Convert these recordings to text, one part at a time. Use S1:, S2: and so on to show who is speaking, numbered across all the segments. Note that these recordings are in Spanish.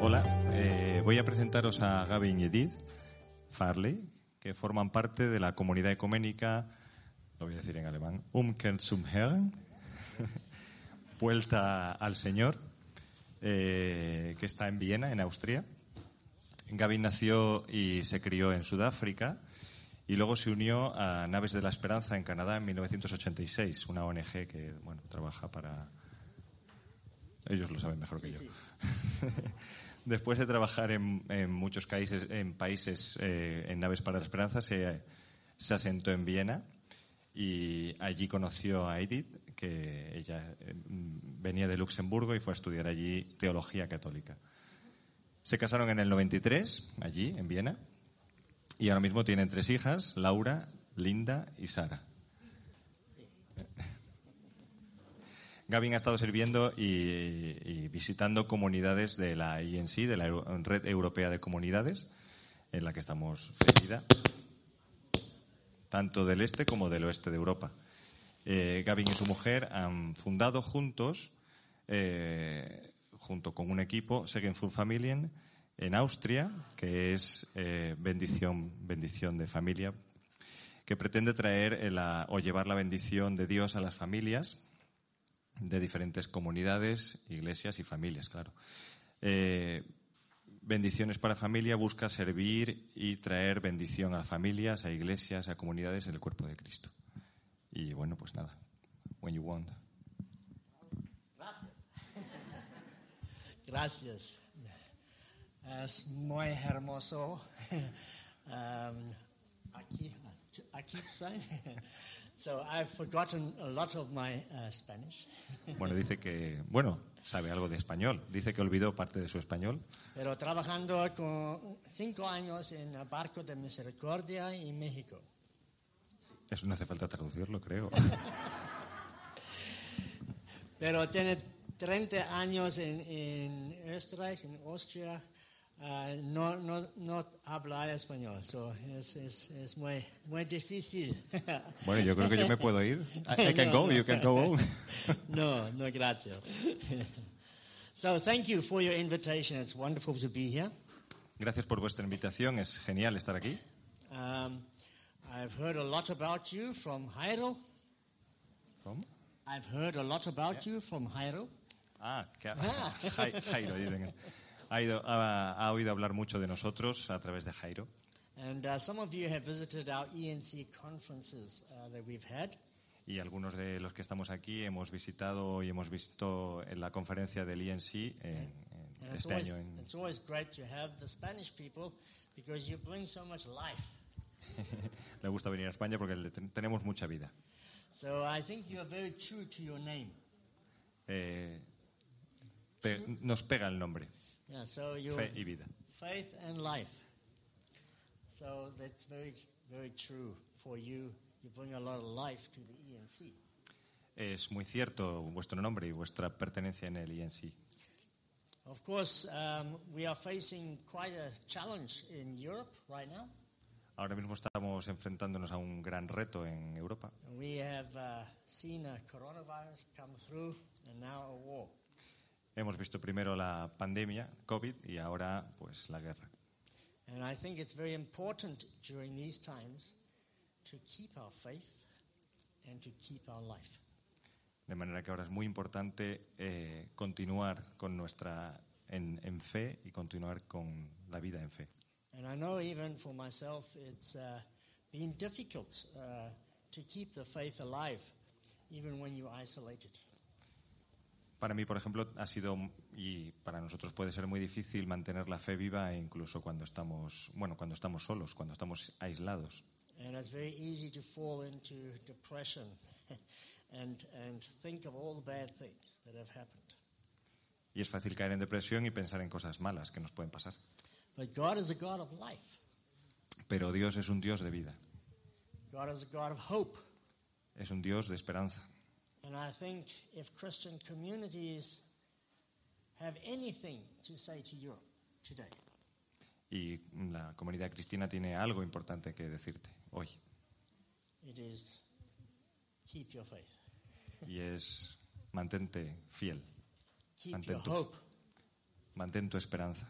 S1: Hola, eh, voy a presentaros a Gavin y Edith Farley, que forman parte de la comunidad ecuménica, lo voy a decir en alemán, Umkehr zum Herrn, Vuelta al Señor, eh, que está en Viena, en Austria. Gavin nació y se crió en Sudáfrica y luego se unió a Naves de la Esperanza en Canadá en 1986, una ONG que bueno, trabaja para... Ellos lo saben mejor que yo. Después de trabajar en, en muchos países, en, países eh, en Naves para la Esperanza, se, se asentó en Viena y allí conoció a Edith, que ella eh, venía de Luxemburgo y fue a estudiar allí teología católica. Se casaron en el 93, allí, en Viena, y ahora mismo tienen tres hijas, Laura, Linda y Sara. Gavin ha estado sirviendo y, y visitando comunidades de la INC, de la Eu- Red Europea de Comunidades, en la que estamos fedida, tanto del este como del oeste de Europa. Eh, Gavin y su mujer han fundado juntos, eh, junto con un equipo, Segen Full Familien, en Austria, que es eh, bendición, bendición de familia, que pretende traer eh, la- o llevar la bendición de Dios a las familias de diferentes comunidades, iglesias y familias, claro. Eh, Bendiciones para familia busca servir y traer bendición a familias, a iglesias, a comunidades en el cuerpo de Cristo. Y bueno, pues nada. When you want.
S2: Gracias. Es muy hermoso um, aquí, aquí zu sein. So I've forgotten a lot of my uh, Spanish,
S1: Bueno, dice que, bueno, sabe algo de español. Dice que olvidó parte de su español.
S2: pero trabajando con cinco años en el Barco de Misericordia en México.
S1: Eso no hace falta traducirlo, creo.
S2: Pero tiene 30 años en, en Österreich, en Austria, ah, no, no, no habla español. So es, es, es muy, muy difícil.
S1: Bueno, yo creo que yo me puedo ir. I, I can
S2: No,
S1: go, you can go home.
S2: no, no, grazie. so thank you for your invitation. It's wonderful to be here.
S1: Gracias por vuestra invitación. Es genial estar aquí.
S2: Um, I've heard a lot about you from Heidel.
S1: ¿Cómo?
S2: I've heard a lot about you from Heidel.
S1: Ah, que ha- Jai- Jairo, dicen. Ha, ido- ha- ha oído hablar mucho de nosotros a través de Jairo.
S2: And uh, some of you have visited our ENC conferences uh, that we've had.
S1: Y algunos de los que estamos aquí hemos visitado y hemos visto en la conferencia del INC en- en
S2: And it's
S1: este
S2: always,
S1: año. en-
S2: it's always great to have the Spanish people because you bring so much life.
S1: le gusta venir a España porque le ten- tenemos mucha vida.
S2: So I think you're very true to your name.
S1: Eh, pe- nos pega el nombre,
S2: Yeah, so you're
S1: fe y vida.
S2: faith and life. So that's very, very true for you. You bring a lot of life to the E ENC.
S1: Es muy cierto vuestro nombre y vuestra pertenencia en el INC.
S2: Of course, um, we are facing quite a challenge in Europe right now.
S1: Ahora mismo estamos enfrentándonos a un gran reto en Europa.
S2: We have uh, seen a coronavirus come through and now a war.
S1: Hemos visto primero la pandemia, COVID, y ahora pues la guerra.
S2: And I think it's very important during these times to keep our faith and to keep our life.
S1: De manera que ahora es muy importante eh, continuar con nuestra en, en fe y continuar con la vida en fe.
S2: And I know even for myself, it's uh, been difficult uh, to keep the faith alive, even when you're isolated.
S1: Para mí, por ejemplo, ha sido y para nosotros puede ser muy difícil mantener la fe viva incluso cuando estamos, bueno, cuando estamos solos, cuando estamos aislados.
S2: and it's very easy to fall into depression and, and think of all the bad things that have happened.
S1: Y es fácil caer en depresión y pensar en cosas malas que nos pueden pasar.
S2: But God is a God of life,
S1: Pero Dios es un Dios de vida,
S2: God is a God of hope.
S1: es un Dios de esperanza.
S2: And I think if Christian communities have anything to say to Europe today,
S1: Y la comunidad cristiana tiene algo importante que decirte hoy.
S2: it is keep your faith,
S1: Y es mantente fiel,
S2: keep
S1: Ante
S2: your
S1: tu-
S2: hope,
S1: mantén tu esperanza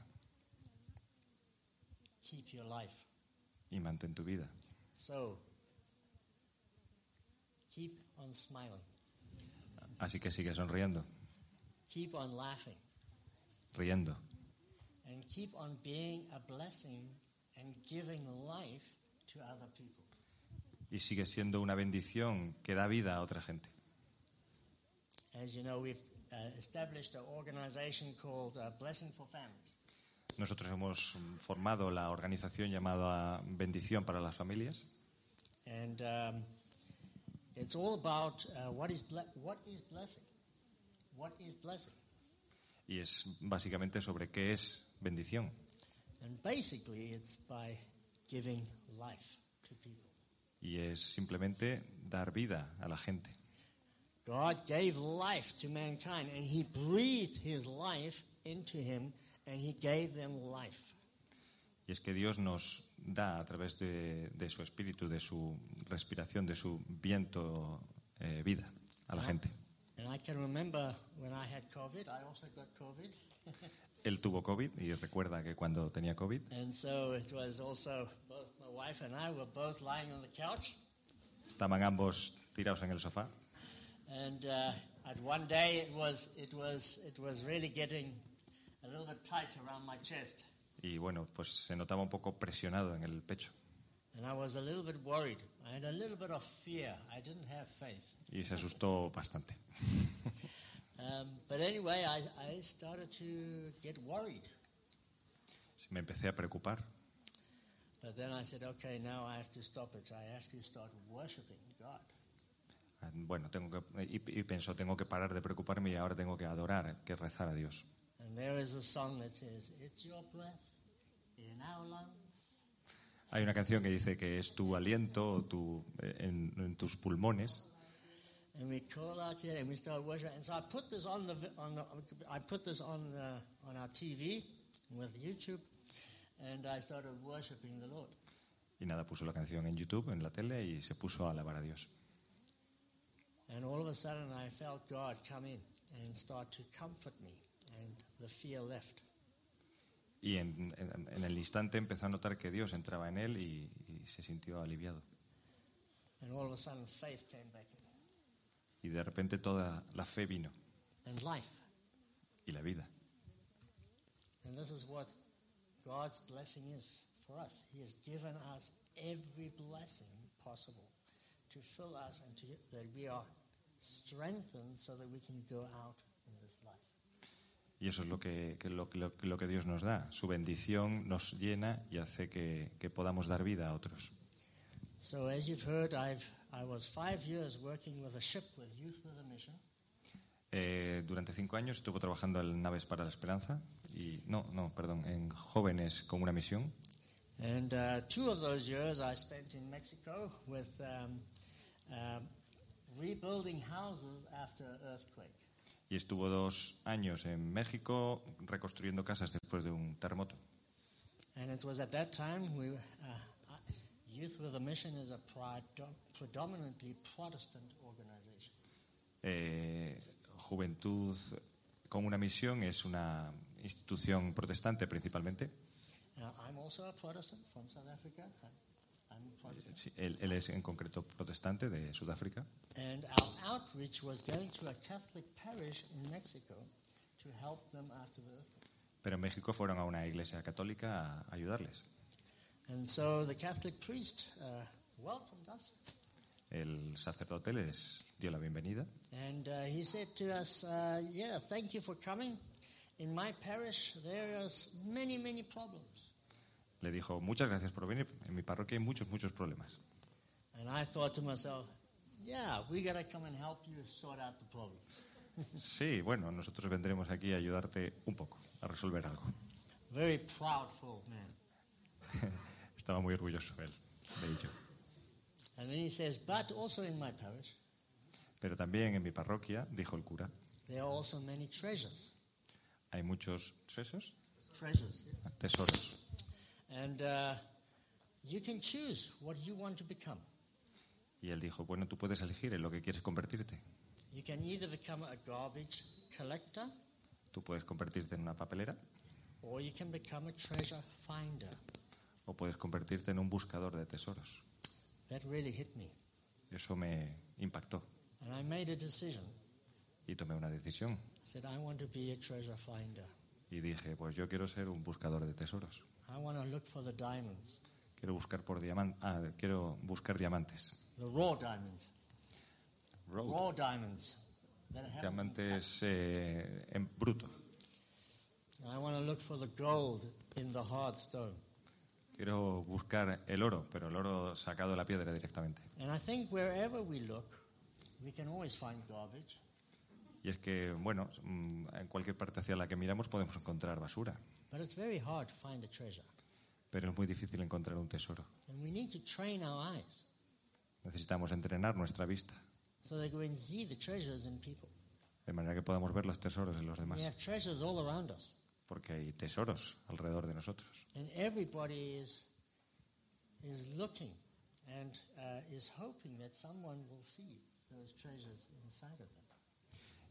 S2: keep your life.
S1: y mantén tu vida.
S2: So keep on smiling,
S1: Así que sigue sonriendo,
S2: keep on laughing,
S1: riendo
S2: and keep on being a blessing and giving life to other people.
S1: y sigue siendo una bendición que da vida a otra gente.
S2: As you know, we've uh, established an organization called uh, Blessing for Families.
S1: Nosotros hemos formado la organización llamada Bendición para las Familias
S2: And um, it's all about uh, what is ble- what is blessing, what is blessing,
S1: y es básicamente sobre qué es bendición.
S2: and basically it's by giving life to people.
S1: Y es simplemente dar vida a la gente.
S2: God gave life to mankind, and He breathed His life into him, and He gave them life.
S1: Y es que Dios nos da a través de, de su espíritu, de su respiración, de su viento, eh, vida a la gente.
S2: And I can remember when I had COVID, I also got COVID,
S1: Él tuvo COVID y recuerda que cuando tenía COVID
S2: and so it was also both my wife and I were both lying on the couch.
S1: estaban ambos tirados en el sofá
S2: And uh, at one day, it was it was it was really getting a little bit tight around my chest,
S1: y bueno, pues se notaba un poco presionado en el pecho
S2: and I was a little bit worried. I had a little bit of fear. I didn't have faith.
S1: y se asustó bastante.
S2: Um, but anyway, I, I started to get worried.
S1: Sí, Me empecé a preocupar,
S2: But then I said, okay, now I have to stop it. I have to start worshiping God.
S1: Ah, bueno, tengo que, y, y pensó, tengo que parar de preocuparme y ahora tengo que adorar, que rezar a Dios.
S2: And there is a song that says, "It's your breath in our lungs."
S1: Hay una canción que dice que es tu aliento o tu, eh, en, en tus pulmones
S2: And we call out to it and we start worshiping. And so I put this on the, vi- on the I put this on the, on our TV with YouTube, and I started worshiping the Lord.
S1: y nada, puso la canción en YouTube, en la tele y se puso a alabar a Dios.
S2: And all of a sudden, I felt God come in and start to comfort me, and the fear left.
S1: Y en, en- en el instante empezó a notar que Dios entraba en él y, y se sintió aliviado.
S2: And all of a sudden, faith came back in,
S1: Y de repente toda la fe vino
S2: and life.
S1: y la vida.
S2: And this is what God's blessing is for us. He has given us every blessing possible to fill us and to, that we are strengthened so that we can go out in this life.
S1: Y eso es lo que, que lo, que- lo- lo que Dios nos da. Su bendición nos llena y hace que, que podamos dar vida a otros.
S2: So, as you've heard, I've, I was five years working with a ship with Youth with a Mission.
S1: Eh, durante cinco años estuvo trabajando en Naves para la Esperanza y no, no, perdón, en Jóvenes con una misión.
S2: And uh, two of those years I spent in Mexico with um, um, rebuilding houses after an earthquake.
S1: Y estuvo dos años en México reconstruyendo casas después de un terremoto.
S2: And it was at that time we, uh, uh, Youth with a Mission is a predo- predominantly Protestant organization.
S1: Eh, Juventud con una misión es una institución protestante principalmente.
S2: Now, I'm also a Protestant from South Africa. I'm, I'm a Protestant.
S1: Sí, él, él es en concreto protestante de Sudáfrica.
S2: And our outreach was going to a Catholic parish in Mexico to help them after the earthquake.
S1: Pero en México fueron a una iglesia católica a ayudarles.
S2: And so the Catholic priest uh, welcomed us.
S1: El sacerdote les dio la bienvenida
S2: And uh, he said to us, uh, Yeah, thank you for coming. In my parish, there are many, many problems.
S1: Le dijo, muchas gracias por venir. En mi parroquia hay muchos, muchos problemas.
S2: And I thought to myself, yeah, we got to come and help you sort out the problems.
S1: Sí, bueno, nosotros vendremos aquí a ayudarte un poco, a resolver algo.
S2: Very proudful man.
S1: Estaba muy orgulloso él de ello.
S2: And then he says, but also in my parish,
S1: Pero también en mi parroquia, dijo el cura,
S2: there are also many treasures.
S1: hay muchos sesos,
S2: Treasures.
S1: tesoros.
S2: And uh, you can choose what you want to become.
S1: Y él dijo, bueno, tú puedes elegir en lo que quieres convertirte.
S2: You can either become a garbage collector
S1: Tú puedes convertirte en una papelera
S2: or you can become a treasure finder.
S1: o puedes convertirte en un buscador de tesoros.
S2: That really hit me.
S1: Eso me impactó
S2: And I made a decision.
S1: y tomé una decisión.
S2: I said, I want to be a treasure finder.
S1: Y dije, pues yo quiero ser un buscador de tesoros.
S2: I want to look for the diamonds,
S1: Quiero buscar por diaman- ah, quiero buscar diamantes.
S2: the raw diamonds,
S1: Road.
S2: raw diamonds that haven't
S1: Diamantes eh, en bruto.
S2: And I want to look for the gold in the hard stone.
S1: Quiero buscar el oro, pero el oro sacado de la piedra directamente.
S2: And I think wherever we look, we can always find garbage.
S1: Y es que, bueno, mm, en cualquier parte hacia la que miramos podemos encontrar basura,
S2: But it's very hard to find a treasure.
S1: pero es muy difícil encontrar un tesoro.
S2: And we need to train our eyes
S1: Necesitamos entrenar nuestra vista,
S2: so that we can see the treasures in people.
S1: de manera que podamos ver los tesoros en los
S2: We
S1: demás,
S2: have treasures all around us.
S1: porque hay tesoros alrededor de nosotros.
S2: And everybody is, is looking and uh, is hoping that someone will see those treasures inside of them.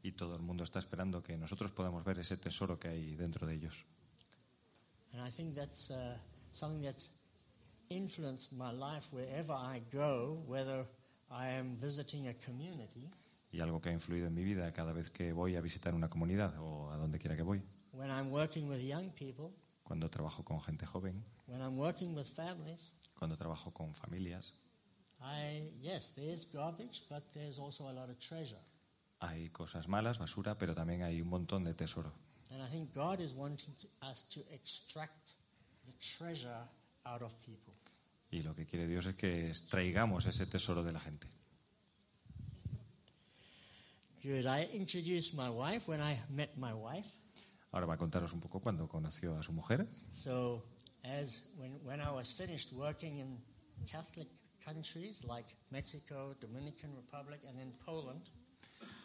S1: Y todo el mundo está esperando que nosotros podamos ver ese tesoro que hay dentro de ellos.
S2: And I think that's uh, something that's influenced my life wherever I go, whether I am visiting a community,
S1: Y algo que ha influido en mi vida cada vez que voy a visitar una comunidad o a donde quiera que voy,
S2: when I'm working with young people,
S1: cuando trabajo con gente joven,
S2: when I'm working with families.
S1: cuando trabajo con familias,
S2: I, yes, there's garbage, but there's also a lot of treasure.
S1: hay cosas malas, basura, pero también hay un montón de tesoro.
S2: And I think God is wanting to, us to extract the treasure out of people.
S1: Y lo que quiere Dios es que extraigamos ese tesoro de la gente.
S2: Good. I introduced my wife when I met my wife.
S1: Ahora va a contaros un poco cuando conoció a su mujer.
S2: So, as when, when I was finished working in Catholic countries like Mexico, Dominican Republic, and then Poland,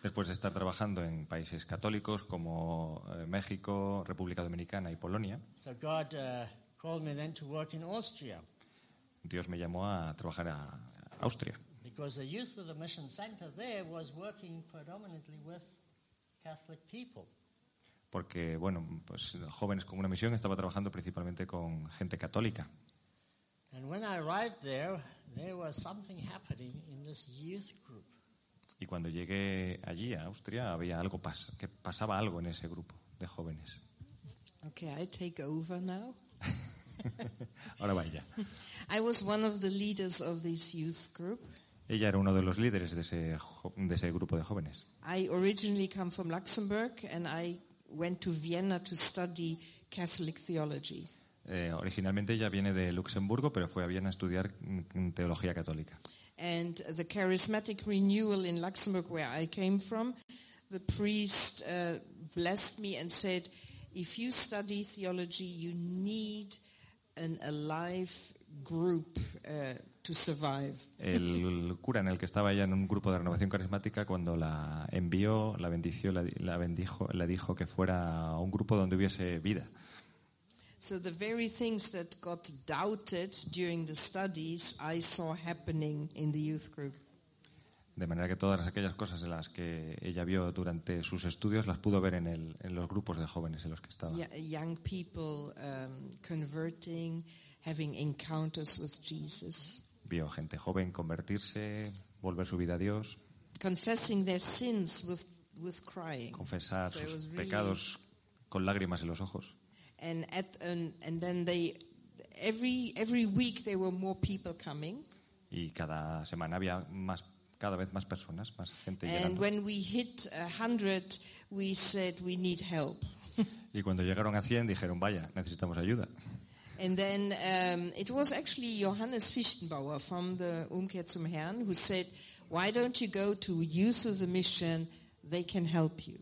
S1: Después de estar trabajando en países católicos como eh, México, República Dominicana y Polonia,
S2: so God uh, called me then to work in Austria
S1: Dios me llamó a trabajar a Austria,
S2: because the Youth with a Mission Center there was working predominantly with Catholic people.
S1: porque bueno, pues jóvenes con una misión estaba trabajando principalmente con gente católica.
S2: And when I arrived there, there was something happening in this youth group.
S1: Y cuando llegué allí a Austria había algo pas- que pasaba algo en ese grupo de jóvenes.
S3: Okay, I take over now.
S1: Ahora vaya.
S3: I was one of the leaders of this youth group.
S1: Ella era uno de los líderes de ese jo- de ese grupo de jóvenes.
S3: I originally come from Luxembourg and I went to Vienna to study Catholic theology.
S1: Eh, originalmente ella viene de Luxemburgo, pero fue a Viena a estudiar mm, teología católica.
S3: And the charismatic renewal in Luxembourg, where I came from, the priest uh, blessed me and said, if you study theology, you need an alive group uh, to survive.
S1: El cura en el que estaba ella en un grupo de renovación carismática, cuando la envió, la bendició, la, di- la bendijo, le dijo que fuera a un grupo donde hubiese vida.
S3: So the very things that got doubted during the studies, I saw happening in the youth group.
S1: De manera que todas aquellas cosas en las que ella vio durante sus estudios las pudo ver en, el- en los grupos de jóvenes en los que estaba.
S3: Y- young people um, converting, having encounters with Jesus,
S1: Vio gente joven convertirse, volver su vida a Dios,
S3: confessing their sins with with crying,
S1: confesar
S3: So it
S1: sus
S3: was really-
S1: pecados con lágrimas en los ojos.
S3: and at and, and then they every every week there were more people coming.
S1: Y cada semana había más, cada vez más personas, más gente
S3: And
S1: llegando.
S3: when we hit a hundred, we said we need help.
S1: Y cuando llegaron a 100 dijeron, vaya, necesitamos ayuda.
S3: And then um, it was actually Johannes Fichtenbauer from the Umkehr zum Herrn who said, why don't you go to Youth of the Mission? They can help you.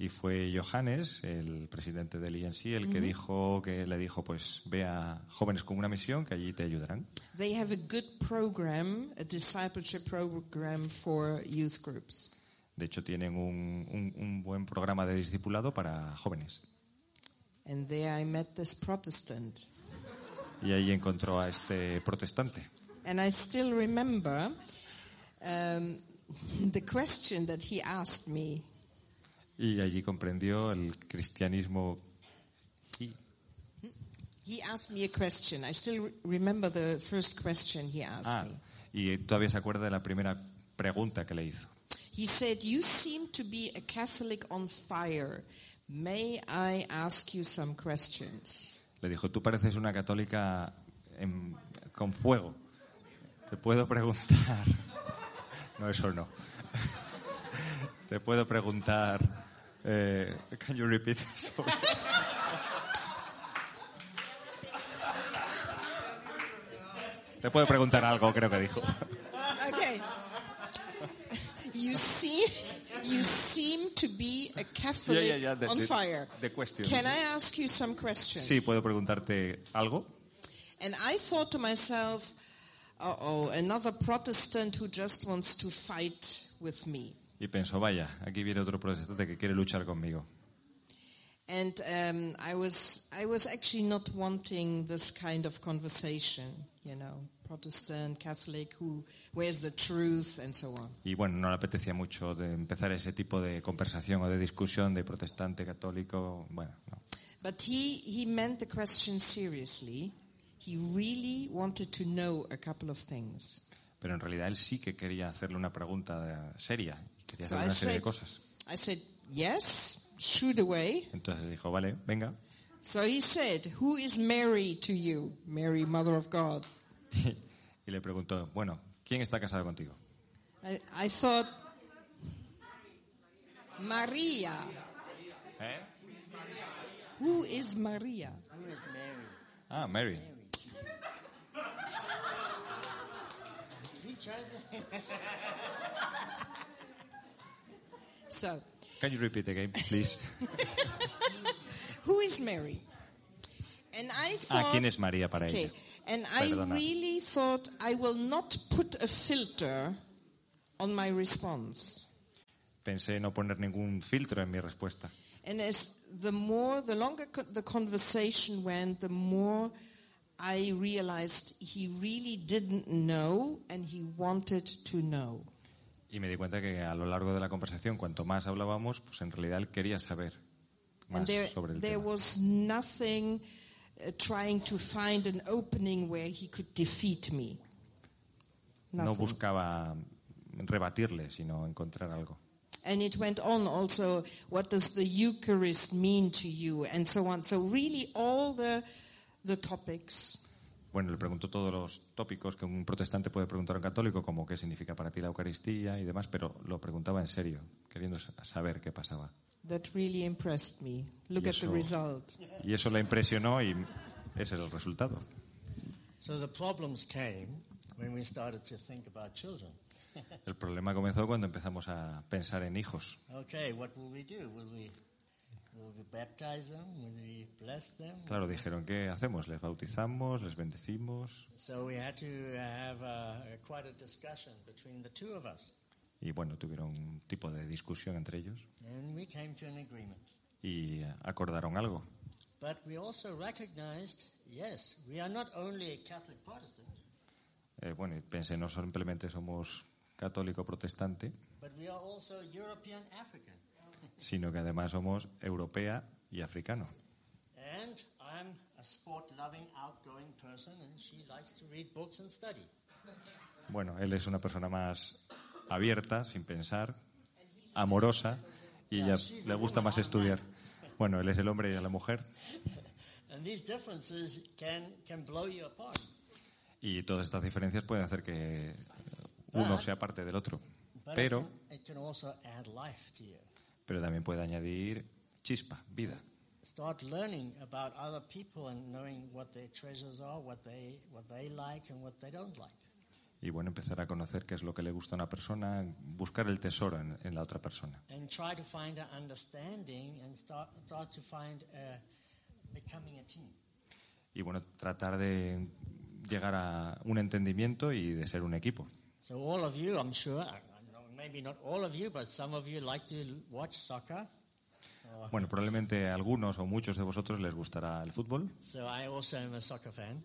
S1: Y fue Johannes, el presidente del INC, el que dijo que le dijo, pues ve a jóvenes con una misión que allí te ayudarán.
S3: They have a good program, a discipleship program for youth groups.
S1: De hecho, tienen un, un- un buen programa de discipulado para jóvenes.
S3: And there I met this Protestant.
S1: Y ahí encontró a este protestante.
S3: And I still remember um, the question that he asked me.
S1: Y allí comprendió el cristianismo. Y
S3: He asked me a question. I still re- remember the first question he asked
S1: Ah,
S3: me.
S1: y todavía se acuerda de la primera pregunta que le hizo.
S3: He said, You seem to be a Catholic on fire. May I ask you some questions?
S1: Le dijo, tú pareces una católica en- con fuego. Te puedo preguntar... No, eso no. Te puedo preguntar... eh, can you repeat this? Te puedo preguntar algo, creo que dijo.
S3: Okay. You seem, you seem to be a Catholic
S1: Yeah, yeah, yeah, the-
S3: on
S1: the-
S3: fire.
S1: the question.
S3: Can I ask you some questions?
S1: Sí, puedo preguntarte algo.
S3: And I thought to myself, uh oh, another Protestant who just wants to fight with me.
S1: Y pensó, vaya, aquí viene otro protestante que quiere luchar conmigo.
S3: And um, I, was, I was actually not wanting this kind of conversation, you know, Protestant, Catholic, who, where's the truth, and so on.
S1: Y bueno, no le apetecía mucho de empezar ese tipo de conversación o de discusión de protestante, católico. Bueno, no.
S3: But he, he meant the question seriously. He really wanted to know a couple of things.
S1: Pero en realidad él sí que quería hacerle una pregunta seria. Quería
S3: So
S1: hacerle
S3: I
S1: una serie
S3: said,
S1: de cosas.
S3: I said, yes, shoot away.
S1: Entonces dijo, vale, venga.
S3: So he said, Who is Mary to you? Mary, Mother of God.
S1: Y le preguntó, bueno, ¿quién está casado contigo?
S3: I, I thought, Maria.
S1: ¿Eh?
S3: Who is Maria?
S2: Who is Mary?
S1: Ah, Mary.
S2: He translated.
S3: So,
S1: Can you repeat again, please?
S3: who is Mary? And I thought,
S1: ah, ¿quién es María para
S3: okay,
S1: ella?
S3: and I
S1: Perdona.
S3: really thought I will not put a filter on my response.
S1: Pensé no poner ningún filtro en mi respuesta.
S3: And as the more, the longer co- the conversation went, the more I realized he really didn't know and he wanted to know.
S1: Y me di cuenta que a lo largo de la conversación, cuanto más hablábamos, pues en realidad él quería saber
S3: And
S1: más
S3: there,
S1: sobre el
S3: there
S1: tema.
S3: was nothing uh, trying to find an opening where he could defeat me.
S1: no
S3: Nothing.
S1: buscaba rebatirle, sino encontrar algo.
S3: And it went on also, what does the Eucharist mean to you? And so on. So really all the, the topics.
S1: Bueno, le preguntó todos los tópicos que un protestante puede preguntar a un católico, como qué significa para ti la Eucaristía y demás, pero lo preguntaba en serio, queriendo sa- saber qué pasaba.
S3: That really impressed me. Look
S1: Y
S3: at the
S1: eso-
S3: result.
S1: Y eso le impresionó y ese es el resultado.
S2: So the problems came when we started to think about children.
S1: El problema comenzó cuando empezamos a pensar en hijos.
S2: Okay, what will we do? Will we, will we baptize them? Will we bless them?
S1: Claro, dijeron, ¿qué hacemos? ¿Les bautizamos? ¿Les bendecimos?
S2: So we had to have a, quite a discussion between the two of us,
S1: Y bueno, tuvieron un tipo de discusión entre ellos
S2: and we came to an agreement.
S1: y acordaron algo.
S2: But we also recognized, yes, we are not only a Catholic Protestant,
S1: Eh, bueno, y pensé, no simplemente somos católico-protestante,
S2: but we are also European African.
S1: sino que además somos europea y africano.
S2: And I'm a sport-loving, outgoing person, and she likes to read books and study.
S1: Bueno, él es una persona más abierta, sin pensar, amorosa, y ella le gusta más estudiar. Bueno, él es el hombre y ella la mujer,
S2: And these differences can, can blow you apart.
S1: y todas estas diferencias pueden hacer que eh, uno sea parte del otro.
S2: But it,
S1: Pero,
S2: can, it can also add life to you.
S1: pero también puede añadir chispa, vida.
S2: start learning about other people and knowing what their treasures are, what they, what they like and what they don't like.
S1: Y bueno, empezar a conocer qué es lo que le gusta a una persona, buscar el tesoro en, en la otra persona.
S2: And try to find an understanding and start, start to find a, becoming a team.
S1: Y bueno, tratar de llegar a un entendimiento y de ser un equipo.
S2: So all of you, I'm sure, I- I know maybe not all of you, but some of you like to l- watch soccer.
S1: Bueno, probablemente a algunos o muchos de vosotros les gustará el fútbol.
S2: So I also am a soccer fan.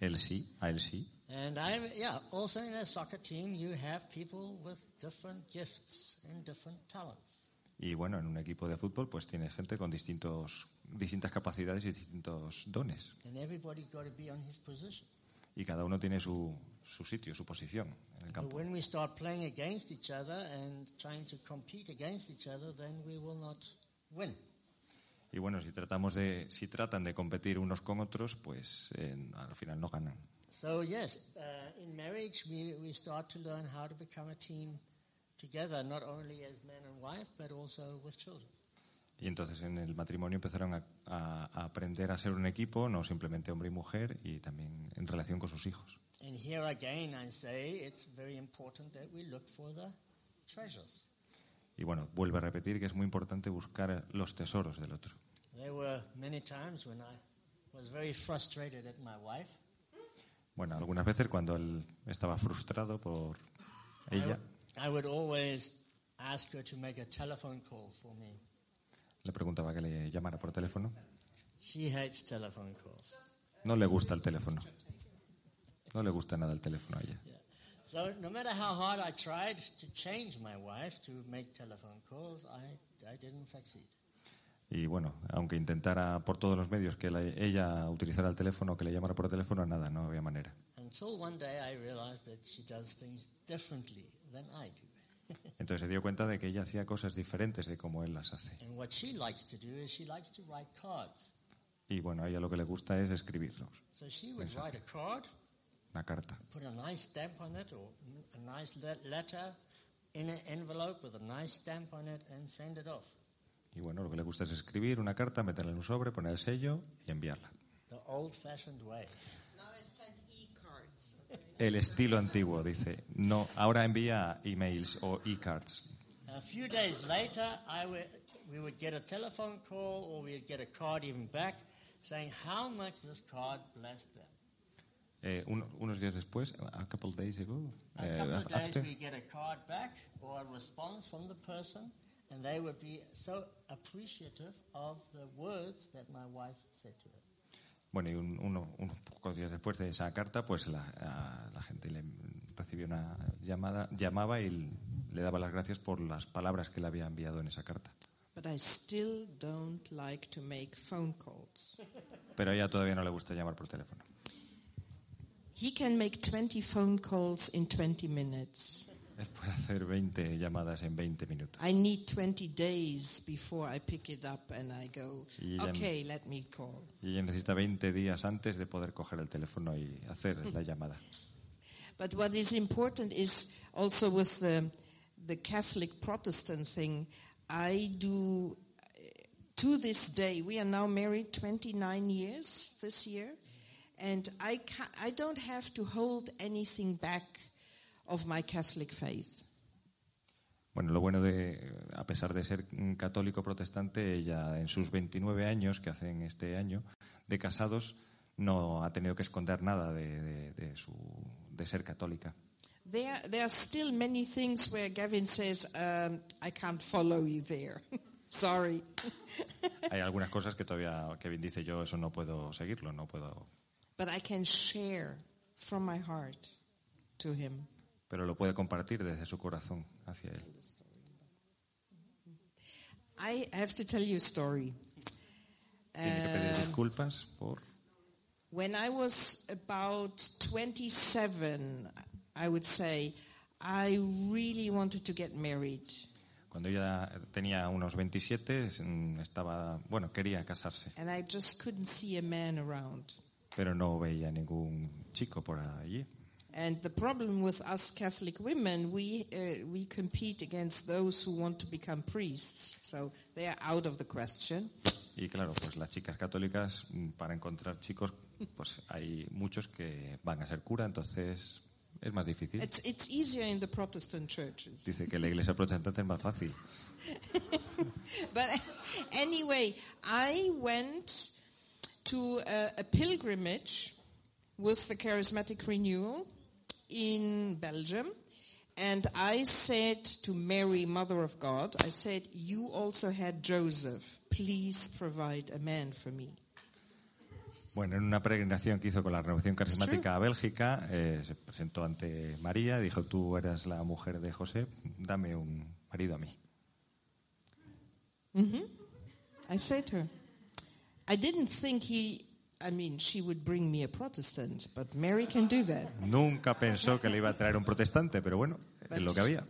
S1: Él sí, a él sí.
S2: And I'm, yeah, also in a soccer team, you have people with different gifts and different talents.
S1: Y bueno, en un equipo de fútbol pues tiene gente con distintos, distintas capacidades y distintos dones.
S2: And everybody's got to be on his position.
S1: Y cada uno tiene su, su sitio, su posición en el
S2: But
S1: campo.
S2: when we start playing against each other and trying to compete against each other, then we will not win.
S1: Y bueno, si, tratamos de, si tratan de competir unos con otros, pues eh, al final no ganan.
S2: So, yes, uh, in marriage, we, we start to learn how to become a team together, not only as man and wife, but also with children.
S1: Y entonces en el matrimonio empezaron a, a- a aprender a ser un equipo, no simplemente hombre y mujer, y también en relación con sus hijos.
S2: And here again, I say it's very important that we look for the treasures.
S1: Y bueno, vuelvo a repetir que es muy importante buscar los tesoros del otro.
S2: There were many times when I was very frustrated at my wife.
S1: Bueno, algunas veces cuando él estaba frustrado por ella,
S2: I would always ask her to make a telephone call for me.
S1: le preguntaba que le llamara por teléfono.
S2: She hates telephone calls.
S1: No le gusta el teléfono. No le gusta nada el teléfono a ella.
S2: Yeah. So no matter how hard I tried to change my wife to make telephone calls, I, I didn't succeed.
S1: Y bueno, aunque intentara por todos los medios que la- ella utilizara el teléfono, que le llamara por teléfono, nada, no había manera.
S2: Until one day I realized that she does things differently than I do.
S1: Entonces se dio cuenta de que ella hacía cosas diferentes de como él las hace.
S2: and what she likes to do is she likes to write cards.
S1: Y bueno, a ella lo que le gusta es escribirnos
S2: So she would write a card,
S1: una carta.
S2: put a nice stamp on it, or a nice le- letter in an envelope with a nice stamp on it, and send it off.
S1: Y bueno, lo que le gusta es escribir una carta, meterla en un sobre, poner el sello y enviarla.
S2: The old-fashioned way.
S3: Now I send e-cards.
S1: El estilo antiguo, dice. No, ahora envía emails o e-cards.
S2: A few days later, I would, we would get a telephone call or we would get a card even back saying how much this card blessed them.
S1: Eh, un- unos días después, a couple days ago,
S2: A
S1: eh,
S2: couple of days,
S1: after,
S2: we get a card back or a response from the person, and they would be so appreciative of the words that my wife said to her.
S1: bueno, y un- uno- unos pocos días después de esa carta, pues la, a- la gente le recibió una llamada, llamaba y le daba las gracias por las palabras que le había enviado en esa carta.
S3: But I still don't like to make phone calls.
S1: Pero a ella todavía no le gusta llamar por teléfono.
S3: He can make 20 phone calls in 20 minutes.
S1: Él puede hacer 20 llamadas en 20 minutos.
S3: I need 20 days before I pick it up and I go,
S1: Y ella-
S3: okay, let me call.
S1: Y ella necesita 20 días antes de poder coger el teléfono y hacer la llamada.
S3: But what is important is also with the, the Catholic Protestant thing, I do, to this day, we are now married 29 years this year, and I, ca- I don't have to hold anything back of my Catholic faith.
S1: Bueno, lo bueno de, a pesar de ser mm, católico protestante, ella en sus 29 años que hacen este año de casados no ha tenido que esconder nada de, de- de su, de ser católica.
S3: There, there are still many things where Gavin says, um, I can't follow you there. Sorry.
S1: Hay algunas cosas que todavía Kevin dice yo eso no puedo seguirlo, no puedo,
S3: But I can share from my heart to him.
S1: pero lo puede compartir desde su corazón hacia él.
S3: I have to tell you a story.
S1: Tiene que pedir disculpas por
S3: When I was about 27, I would say, I really wanted to get married.
S1: cuando ella tenía unos 27 mm, estaba, bueno, quería casarse,
S3: And I just couldn't see a man around.
S1: pero no veía ningún chico por allí.
S3: And the problem with us Catholic women, we uh, we compete against those who want to become priests, so they are out of the question.
S1: Y claro, pues las chicas católicas, mm, para encontrar chicos, pues hay muchos que van a ser cura, entonces es más difícil.
S3: It's, it's easier in the Protestant churches.
S1: Dice que la iglesia protestante es más fácil.
S3: But anyway, I went to a, a pilgrimage with the Charismatic Renewal in Belgium. And I said to Mary, Mother of God, I said, you also had Joseph. Please provide a man for me.
S1: Bueno, en una peregrinación que hizo con la Renovación Carismática a Bélgica, eh, se presentó ante María, dijo, tú eras la mujer de José, dame un marido a mí.
S3: I said to her, I didn't think he, I mean, she would bring me a Protestant, but Mary can do that.
S1: Nunca pensó que le iba a traer un protestante, pero bueno, es lo que había.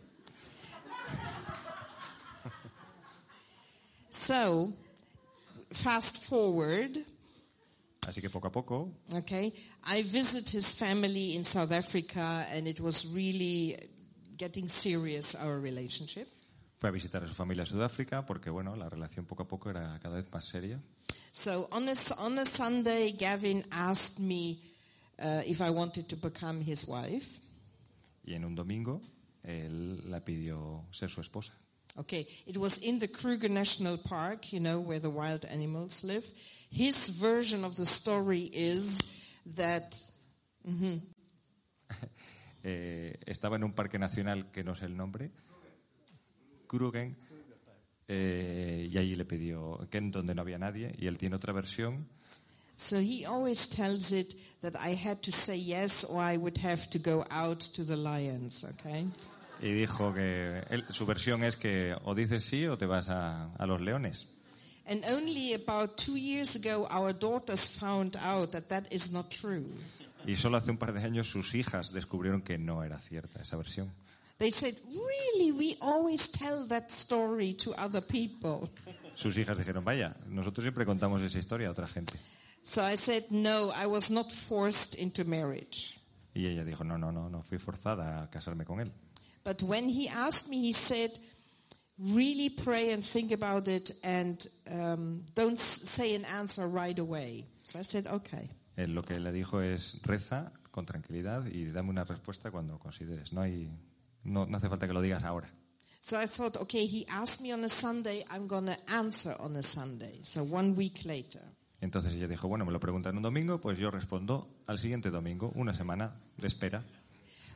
S3: So, fast forward,
S1: Así que poco a poco,
S3: okay, I visit his family in South Africa and it was really getting serious, our relationship.
S1: Fue a visitar a su familia a Sudáfrica porque, bueno, la relación poco a poco era cada vez más seria.
S3: So on a, s- on a Sunday, Gavin asked me uh, if I wanted to become his wife.
S1: Y en un domingo, él la pidió ser su esposa.
S3: Okay, it was in the Kruger National Park, you know, where the wild animals live. His version of the story is that,
S1: Eh, estaba en un parque nacional que no sé el nombre, Krugen, eh, y allí le pidió, que en donde no había nadie, y él tiene otra versión
S3: so he always tells it that I had to say yes or I would have to go out to the lions, okay?
S1: y dijo que él- su versión es que o dices sí o te vas a, a los leones.
S3: And only about two years ago, our daughters found out that that is not true.
S1: Y solo hace un par de años sus hijas descubrieron que no era cierta esa versión.
S3: They said, really, we always tell that story to other people.
S1: Sus hijas dijeron, vaya, nosotros siempre contamos esa historia a otra gente.
S3: So I said, no, I was not forced into marriage.
S1: Y ella dijo, no, no, no, no fui forzada a casarme con él.
S3: But when he asked me, he said, really pray and think about it and um, don't s- say an answer right away. So I said, okay.
S1: Eh, lo que le dijo es reza con tranquilidad y dame una respuesta cuando consideres. No hay, no, no hace falta que lo digas ahora.
S3: So I thought, okay, he asked me on a Sunday, I'm going to answer on a Sunday. So one week later.
S1: Entonces ella dijo, bueno, me lo preguntan un domingo, pues yo respondo al siguiente domingo, una semana de espera.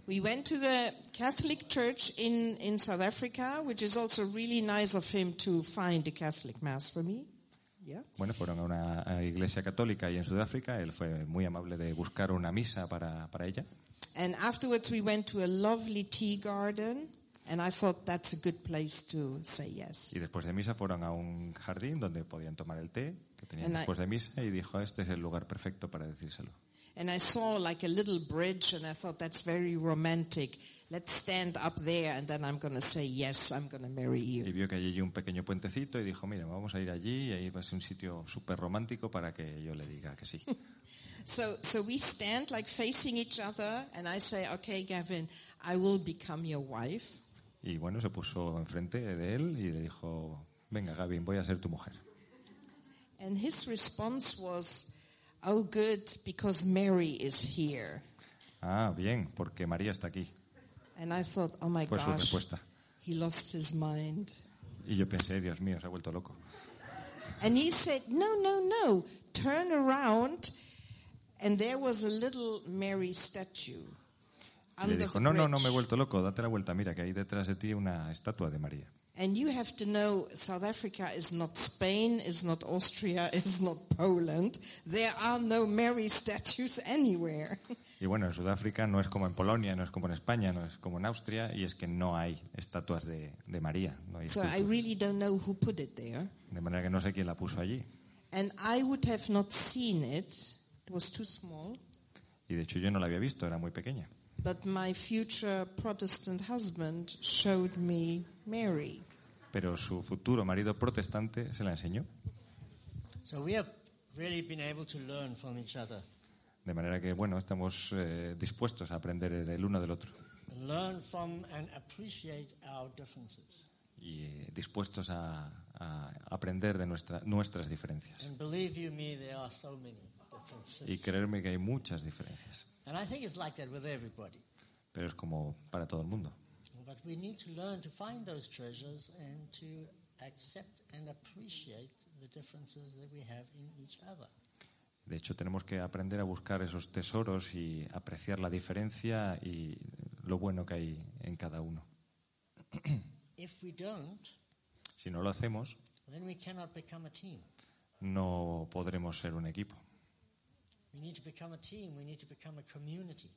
S3: We went to the Catholic church in, in South Africa, which is also really nice of him to find a Catholic mass for me. Yeah.
S1: Bueno, fueron a una a iglesia católica y en Sudáfrica. Él fue muy amable de buscar una misa para, para ella.
S3: And afterwards we went to a lovely tea garden and I thought that's a good place to say yes.
S1: Y después de misa fueron a un jardín donde podían tomar el té que tenían
S3: En la-
S1: después de misa y dijo, este es el lugar perfecto para decírselo.
S3: And I saw like a little bridge and I thought that's very romantic. Let's stand up there and then I'm going to say yes, I'm going to marry
S1: Y
S3: you.
S1: vio que allí hay un pequeño puentecito y dijo, mira, vamos a ir allí y ahí va a ser un sitio súper romántico para que yo le diga que sí.
S3: So so we stand like facing each other and I say, "Okay, Gavin, I will become your wife."
S1: Y bueno, se puso enfrente de él y le dijo, venga Gavin, voy a ser tu mujer.
S3: And his response was, "Oh good, because Mary is here."
S1: Ah, bien, porque María está aquí.
S3: And I thought, "Oh my
S1: Fue su
S3: gosh."
S1: respuesta.
S3: He lost his mind.
S1: Y yo pensé, Dios mío, se ha vuelto loco.
S3: And he said, No, no, no, turn around. And there was a little Mary statue.
S1: Y le
S3: under
S1: dijo,
S3: the
S1: no, no, no
S3: bridge."
S1: me he vuelto loco, date la vuelta, mira que hay detrás de ti una estatua de María.
S3: And you have to know South Africa is not Spain, is not Austria, is not Poland. There are no Mary statues anywhere.
S1: Y bueno, en Sudáfrica no es como en Polonia, no es como en España, no es como en Austria, y es que no hay estatuas de, de María. no hay
S3: so I
S1: estatuas.
S3: really don't know who put it there.
S1: De manera que no sé quién la puso allí.
S3: And I would have not seen it. It was too small.
S1: Y de hecho yo no la había visto, era muy pequeña.
S3: But my future Protestant husband showed me Mary.
S1: Pero su futuro marido protestante se la enseñó.
S2: So we have really been able to learn from each other,
S1: De manera que, bueno, estamos eh, dispuestos a aprender del uno del otro.
S2: learn from and appreciate our differences.
S1: y eh, dispuestos a, a aprender de nuestra- nuestras diferencias.
S2: And believe you me, there are so many differences.
S1: Y creerme que hay muchas diferencias,
S2: And I think it's like that with everybody.
S1: pero es como para todo el mundo.
S2: But we need to learn to find those treasures and to accept and appreciate the differences that we have in each other.
S1: De hecho, tenemos que aprender a buscar esos tesoros y apreciar la diferencia y lo bueno que hay en cada uno.
S2: If we don't,
S1: Si no lo hacemos,
S2: then we cannot become a team.
S1: no podremos ser un equipo.
S2: We need to become a team, we need to become a community.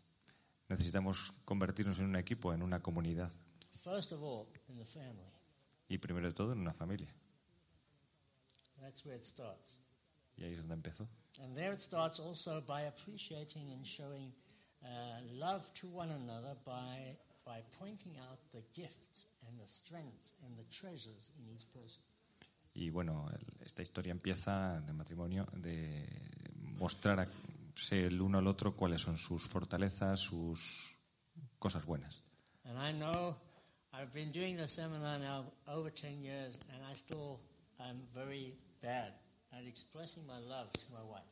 S1: Necesitamos convertirnos en un equipo, en una comunidad
S2: First of all, in the family.
S1: y primero de todo en una familia.
S2: That's where it starts.
S1: Y ahí es donde empezó.
S2: And there it starts also by appreciating and showing uh, love to one another by, by pointing out the gifts and the strengths and the treasures in each person.
S1: Y bueno, el- esta historia empieza de matrimonio, de mostrarse el uno al otro cuáles son sus fortalezas, sus cosas buenas.
S2: And I know I've been doing the seminar now over 10 years, and I still am very bad at expressing my love to my wife.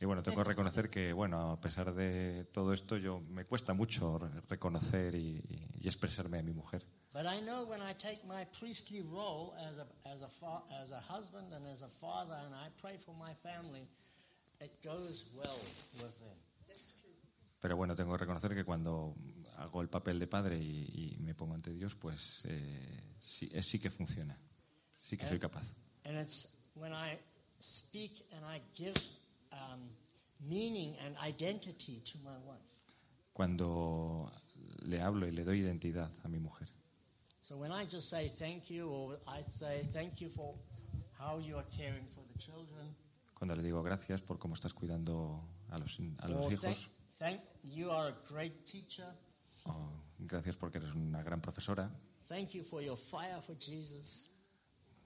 S1: Y bueno, tengo que reconocer que, bueno, a pesar de todo esto, yo me cuesta mucho re- reconocer y, y expresarme a mi mujer.
S2: But I know when I take my priestly role as a, as, a fa- as a husband and as a father, and I pray for my family, it goes well with them.
S1: Pero bueno, tengo que reconocer que cuando hago el papel de padre y, y me pongo ante Dios, pues eh, sí, eh, sí que funciona. Sí que soy capaz.
S2: And it's when I speak and I give um, meaning and identity to my wife.
S1: Cuando le hablo y le doy identidad a mi mujer.
S2: So when I just say thank you, or I say thank you for how you are caring for the children,
S1: Cuando le digo gracias por cómo estás cuidando a los, a
S2: or
S1: los
S2: thank,
S1: hijos.
S2: thank you are a great teacher,
S1: O gracias porque eres una gran profesora.
S2: thank you for your fire for Jesus.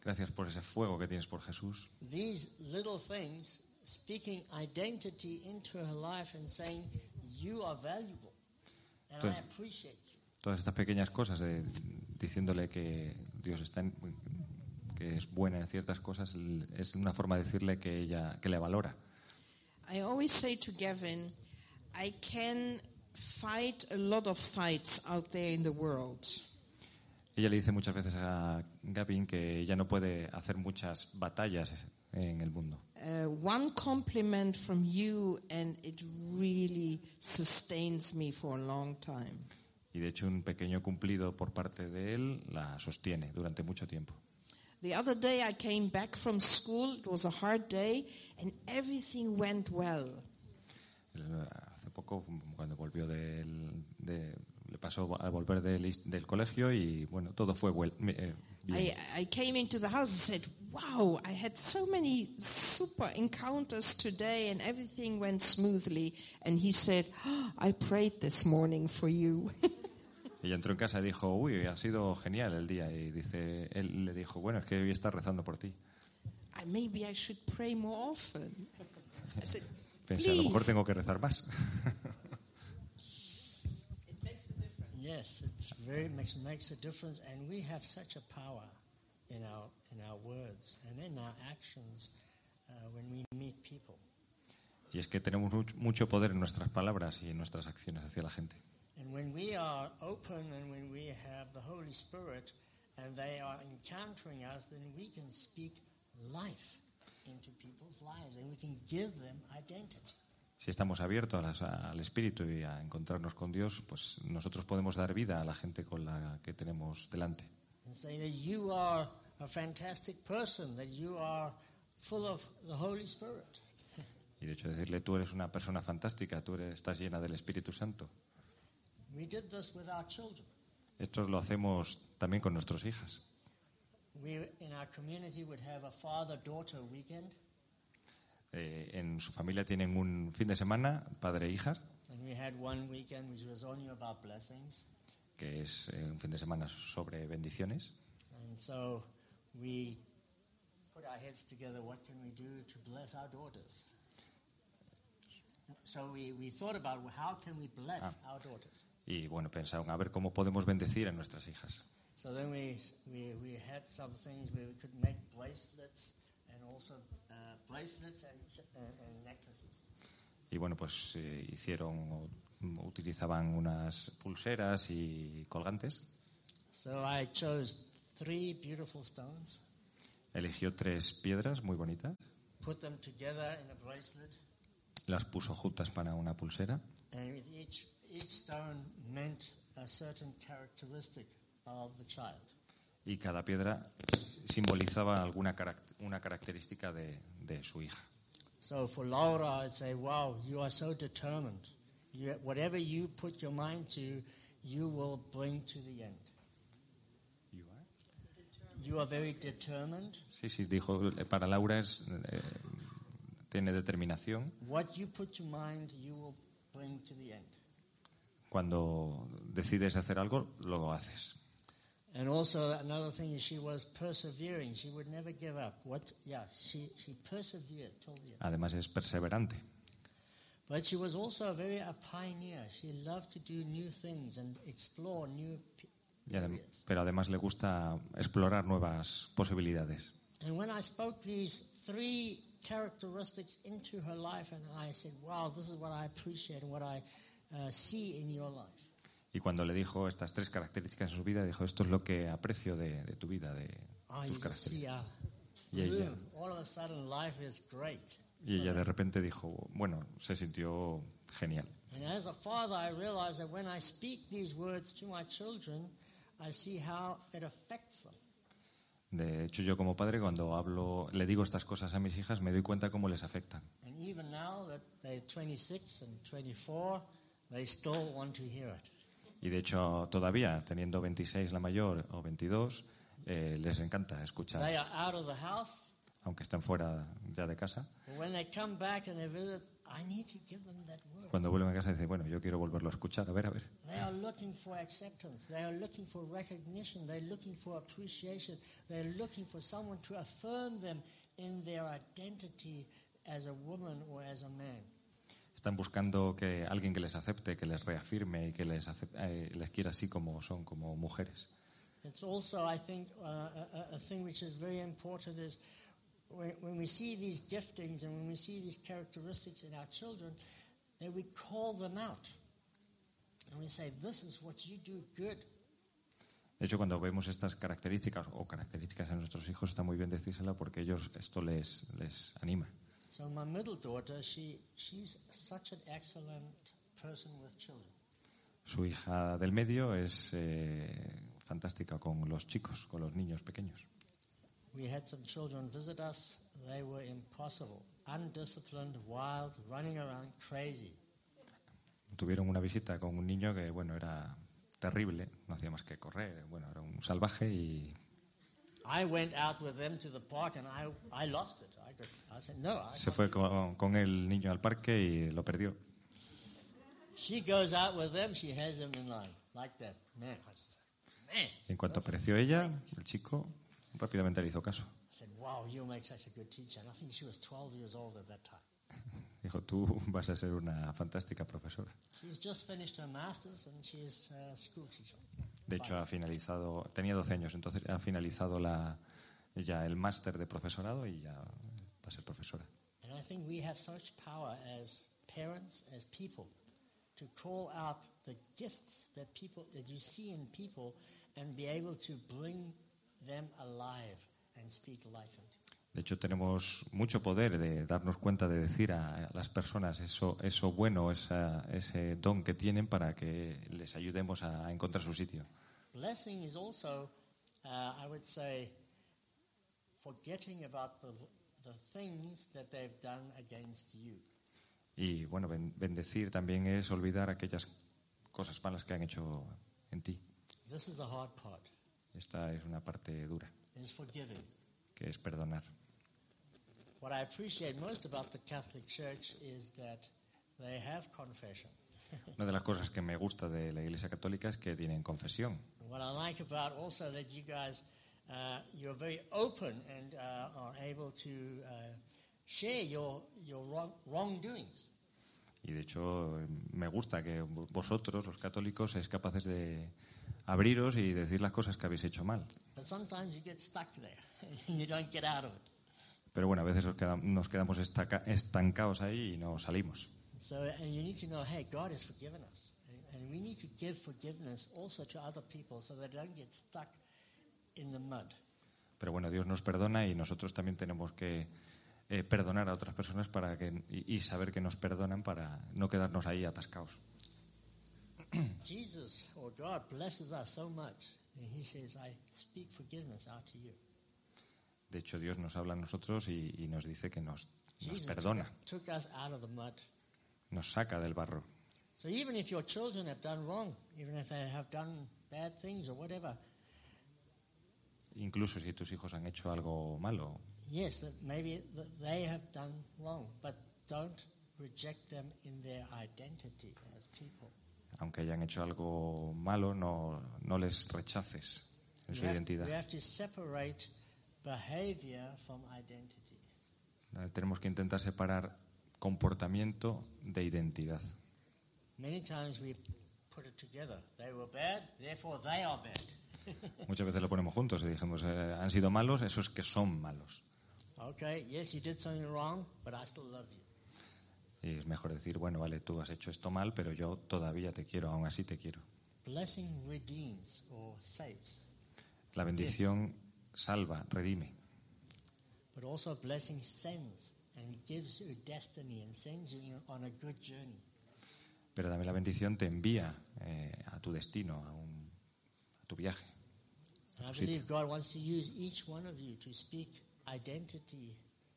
S1: Gracias por ese fuego que tienes por Jesús.
S2: These little things, speaking identity into her life and saying you are valuable, and I
S1: Entonces-
S2: appreciate you.
S1: todas estas pequeñas cosas de- diciéndole que Dios está en- que es buena en ciertas cosas l- es una forma de decirle que ella que le valora
S3: I always say to Gavin, I can fight a lot of fights out there in the world,
S1: ella le dice muchas veces a Gavin que ella no puede hacer muchas batallas en el mundo
S3: Uh, one compliment from you, and it really sustains me for a long time.
S1: y de hecho un pequeño cumplido por parte de él la sostiene durante mucho tiempo
S3: The other day I came back from school, it was a hard day, and everything went well.
S1: El- hace poco cuando volvió del de- le pasó al volver del, is- del colegio y bueno todo fue wel- eh, bien.
S3: I, I came into the house and said, Wow, I had so many super encounters today and everything went smoothly. And he said, "Oh, I prayed this morning for you.
S1: Ella entró en casa y dijo, uy, ha sido genial el día. Y dice, él le dijo, bueno, es que hoy está rezando por ti.
S3: I, maybe I should pray more often. I said,
S1: Pensé, a lo mejor
S3: Please.
S1: tengo que rezar más.
S2: Yes, it's very makes makes a difference, and we have such a power in our in our words and in our actions uh, when we meet people.
S1: y es que tenemos much- mucho poder en nuestras palabras y en nuestras acciones hacia la gente.
S2: And when we are open and when we have the Holy Spirit, and they are encountering us, then we can speak life into people's lives, and we can give them identity.
S1: Si estamos abiertos a las- al Espíritu y a encontrarnos con Dios, pues nosotros podemos dar vida a la gente con la que tenemos delante.
S2: and say that you are a fantastic person, that you are full of the Holy Spirit.
S1: Y de hecho decirle, tú eres una persona fantástica, tú eres- estás llena del Espíritu Santo.
S2: We did this with our children.
S1: Esto lo hacemos también con nuestras hijas.
S2: We in our community would have a father-daughter weekend,
S1: Eh, en su familia tienen un fin de semana, padre e hijas,
S2: and we had one weekend which was only about blessings.
S1: que es eh, un fin de semana sobre bendiciones.
S2: And so we put our heads together, what can we do to bless our daughters? So we, we thought about well, how can we bless our daughters?
S1: Y bueno, pensaron a ver cómo podemos bendecir a nuestras hijas.
S2: So then we, we, we had some things we could make bracelets and also uh, bracelets and, ch- and, and necklaces.
S1: Y bueno, pues eh, hicieron, o- mm, utilizaban unas pulseras y colgantes.
S2: So I chose three beautiful stones,
S1: Eligió tres piedras muy bonitas,
S2: put them together in a bracelet,
S1: las puso juntas para una pulsera
S2: and with each, each stone meant a certain characteristic of the child.
S1: y cada piedra simbolizaba alguna caract- una característica de, de su hija.
S2: So for Laura, I'd say, wow, you are so determined. You, whatever you put your mind to, you will bring to the end. You are very determined.
S1: Sí, sí, dijo, eh, para Laura es, eh, tiene determinación.
S2: What you put your mind, you will bring to the end.
S1: Cuando decides hacer algo, lo haces.
S2: And also another thing is she was persevering. She would never give up. What? Yeah, she, she persevered till the end.
S1: Además es perseverante.
S2: But she was also a very a pioneer. She loved to do new things and explore new p-
S1: Y adem-
S2: areas.
S1: pero además le gusta explorar nuevas posibilidades.
S2: And when I spoke these three characteristics into her life, and I said, "Wow, this is what I appreciate and what I uh, see in your life."
S1: Y cuando le dijo estas tres características en su vida, dijo, esto es lo que aprecio de, de tu vida, de
S2: I
S1: tus
S2: you just see
S1: características.
S2: a
S1: Yeah, yeah.
S2: bloom. All of a sudden, life is great.
S1: Y ella de repente dijo, bueno, se sintió genial.
S2: And as a father, I realize that when I speak these words to my children, I see how it affects them.
S1: De hecho, yo como padre, cuando hablo, le digo estas cosas a mis hijas, me doy cuenta cómo les afectan.
S2: And even now that they're 26 and 24, they still want to hear it.
S1: Y de hecho, todavía, teniendo 26 la mayor o 22, eh, les encanta
S2: They
S1: escuchar,
S2: are out of the house.
S1: aunque están fuera ya de casa.
S2: But when they come back and they visit, I need to give them that word.
S1: Cuando vuelven a casa dicen, bueno, yo quiero volverlo a escuchar, a ver, a ver.
S2: They are looking for acceptance. They are looking for recognition. They're looking for appreciation. They're looking for someone to affirm them in their identity as a woman or as a man.
S1: Están buscando que alguien que les acepte, que les reafirme y que les, acep- eh, les quiera así como son, como mujeres.
S2: It's also, I think, uh, a, a- a thing which is very important is when, when we see these giftings and when we see these characteristics in our children, that we call them out. And we say, this is what you do good.
S1: De hecho, cuando vemos estas características o características en nuestros hijos, está muy bien decírsela porque ellos esto les, les anima.
S2: So my middle daughter, she, she's such an excellent person with children.
S1: Su hija del medio es eh, fantástica con los chicos, con los niños pequeños.
S2: We had some children visit us. They were impossible, undisciplined, wild, running around crazy.
S1: Tuvieron una visita con un niño que, bueno, era terrible, no hacía más que correr, bueno, era un salvaje y
S2: I went out with them to the park and I, I lost it. I, got, I said, no. I
S1: se
S2: can't
S1: fue
S2: do
S1: con, con el niño al parque y lo perdió.
S2: that." She goes out with them. She has them in line like that. Man, I just, man.
S1: En cuanto apareció ella, el chico rápidamente le hizo caso.
S2: I said, wow, you make such a good teacher. And I think she was 12 years old at that time.
S1: Dijo, tú vas a ser una fantástica profesora.
S2: She's just finished her master's and she is a school teacher.
S1: De hecho, ha finalizado, tenía 12 años, entonces ha finalizado la, ya el máster de profesorado y ya va a ser profesora.
S2: And I think we have such power as parents, as people, to call out the gifts that people that you see in people and be able to bring them alive and speak life into. it.
S1: De hecho, tenemos mucho poder de darnos cuenta, de decir a las personas eso, eso bueno, esa- ese don que tienen para que les ayudemos a encontrar su sitio.
S2: Blessing is also, uh, I would say, forgetting about the, the things that they've done against you.
S1: Y bueno, ben- bendecir también es olvidar aquellas cosas malas que han hecho en ti.
S2: This is the hard part,
S1: Esta es una parte dura,
S2: is forgiving.
S1: que es perdonar.
S2: What I appreciate most about the Catholic Church is that they have confession.
S1: Una de las cosas que me gusta de la Iglesia Católica es que tienen confesión.
S2: What I like about also that you guys, uh, you're very open and uh, are able to uh, share your your wrong, wrongdoings.
S1: Y de hecho me gusta que vosotros, los católicos, seáis capaces de abriros y decir las cosas que habéis hecho mal.
S2: But sometimes you get stuck there. you don't get out of it.
S1: Pero bueno, a veces nos queda- nos quedamos estaca- estancados ahí y no salimos.
S2: So and you need to know, hey, God has forgiven us. And- And we need to give forgiveness also to other people so they don't get stuck in the mud.
S1: Pero bueno, Dios nos perdona y nosotros también tenemos que eh, perdonar a otras personas para que, y, y saber que nos perdonan para no quedarnos ahí atascados.
S2: Jesus or God blesses us so much. And he says, I speak forgiveness out to you.
S1: De hecho, Dios nos habla a nosotros y, y nos dice que nos, nos
S2: Jesus
S1: perdona,
S2: took us out of the mud.
S1: nos saca del barro.
S2: So even if your children have done wrong, even if they have done bad things or whatever,
S1: Incluso si tus hijos han hecho algo malo,
S2: yes, that maybe th- they have done wrong, but don't reject them in their identity as people.
S1: aunque hayan hecho algo malo, no, no les rechaces en su
S2: we, have, we
S1: identidad.
S2: have to separate behavior from identity.
S1: Eh, Tenemos que intentar separar comportamiento de identidad.
S2: Many times we put it together. They were bad, therefore they are bad.
S1: Muchas veces lo ponemos juntos y dijimos, eh, han sido malos, esos que son malos.
S2: Okay, yes, you did something wrong, but I still love you.
S1: Y es mejor decir, bueno, vale, tú has hecho esto mal, pero yo todavía te quiero, aún así te quiero.
S2: Blessing redeems or saves,
S1: La bendición salva, redime,
S2: but also blessing sends and gives you destiny and sends you in- on a good journey.
S1: pero también la bendición te envía eh, a tu destino, a, un- a tu viaje.
S2: And I
S1: Proceed.
S2: believe God wants to use each one of you to speak identity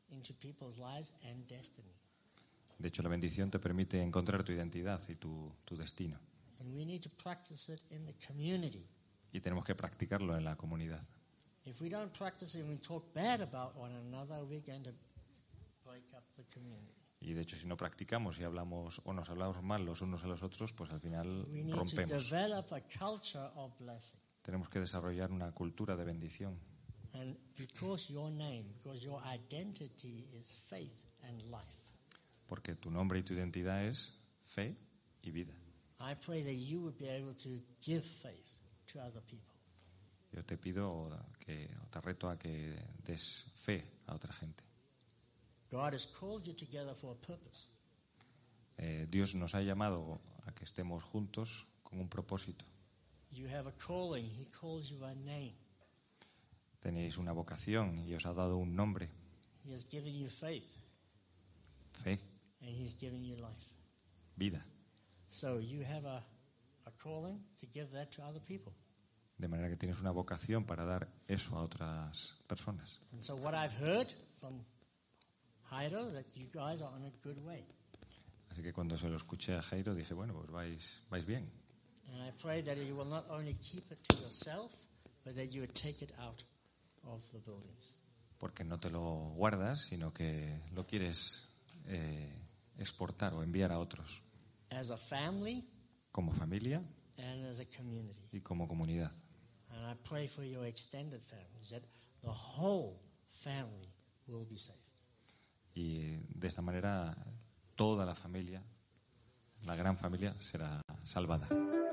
S2: into people's lives and destiny.
S1: De hecho, la bendición te permite encontrar tu identidad y tu, tu destino.
S2: And we need to practice it in the community.
S1: Y tenemos que practicarlo en la comunidad.
S2: If we don't practice it and we talk bad about one another, we're going to break up the community.
S1: Y de hecho, si no practicamos y hablamos o nos hablamos mal los unos a los otros, pues al final
S2: We need to
S1: rompemos.
S2: develop a culture of blessing.
S1: Tenemos que desarrollar una cultura de bendición.
S2: And because your name, because your identity is faith and life,
S1: Porque tu nombre y tu identidad es fe y vida.
S2: I pray that you would be able to give faith to other people.
S1: Yo te pido o que, o te reto a que des fe a otra gente.
S2: God has called you together for a purpose.
S1: Eh, Dios nos ha llamado a que estemos juntos con un propósito.
S2: You have a calling. He calls you by name.
S1: Tenéis una vocación y os ha dado un nombre,
S2: He has given you faith
S1: fe,
S2: and He's given you life.
S1: vida.
S2: So you have a, a calling to give that to other people.
S1: De manera que tienes una vocación para dar eso a otras personas.
S2: And so what I've heard from Heido that you guys are on a good way.
S1: Así que cuando se lo escuché a Jairo dije, bueno, pues vais, vais bien.
S2: And I pray that you will not only keep it to yourself, but that you would take it out of the buildings.
S1: Porque no te lo guardas, sino que lo quieres eh, exportar o enviar a otros,
S2: As a family
S1: como familia
S2: and as a community.
S1: y como comunidad.
S2: And I pray for your extended families that the whole family will be saved.
S1: Y de esta manera toda la familia, la gran familia, será salvada.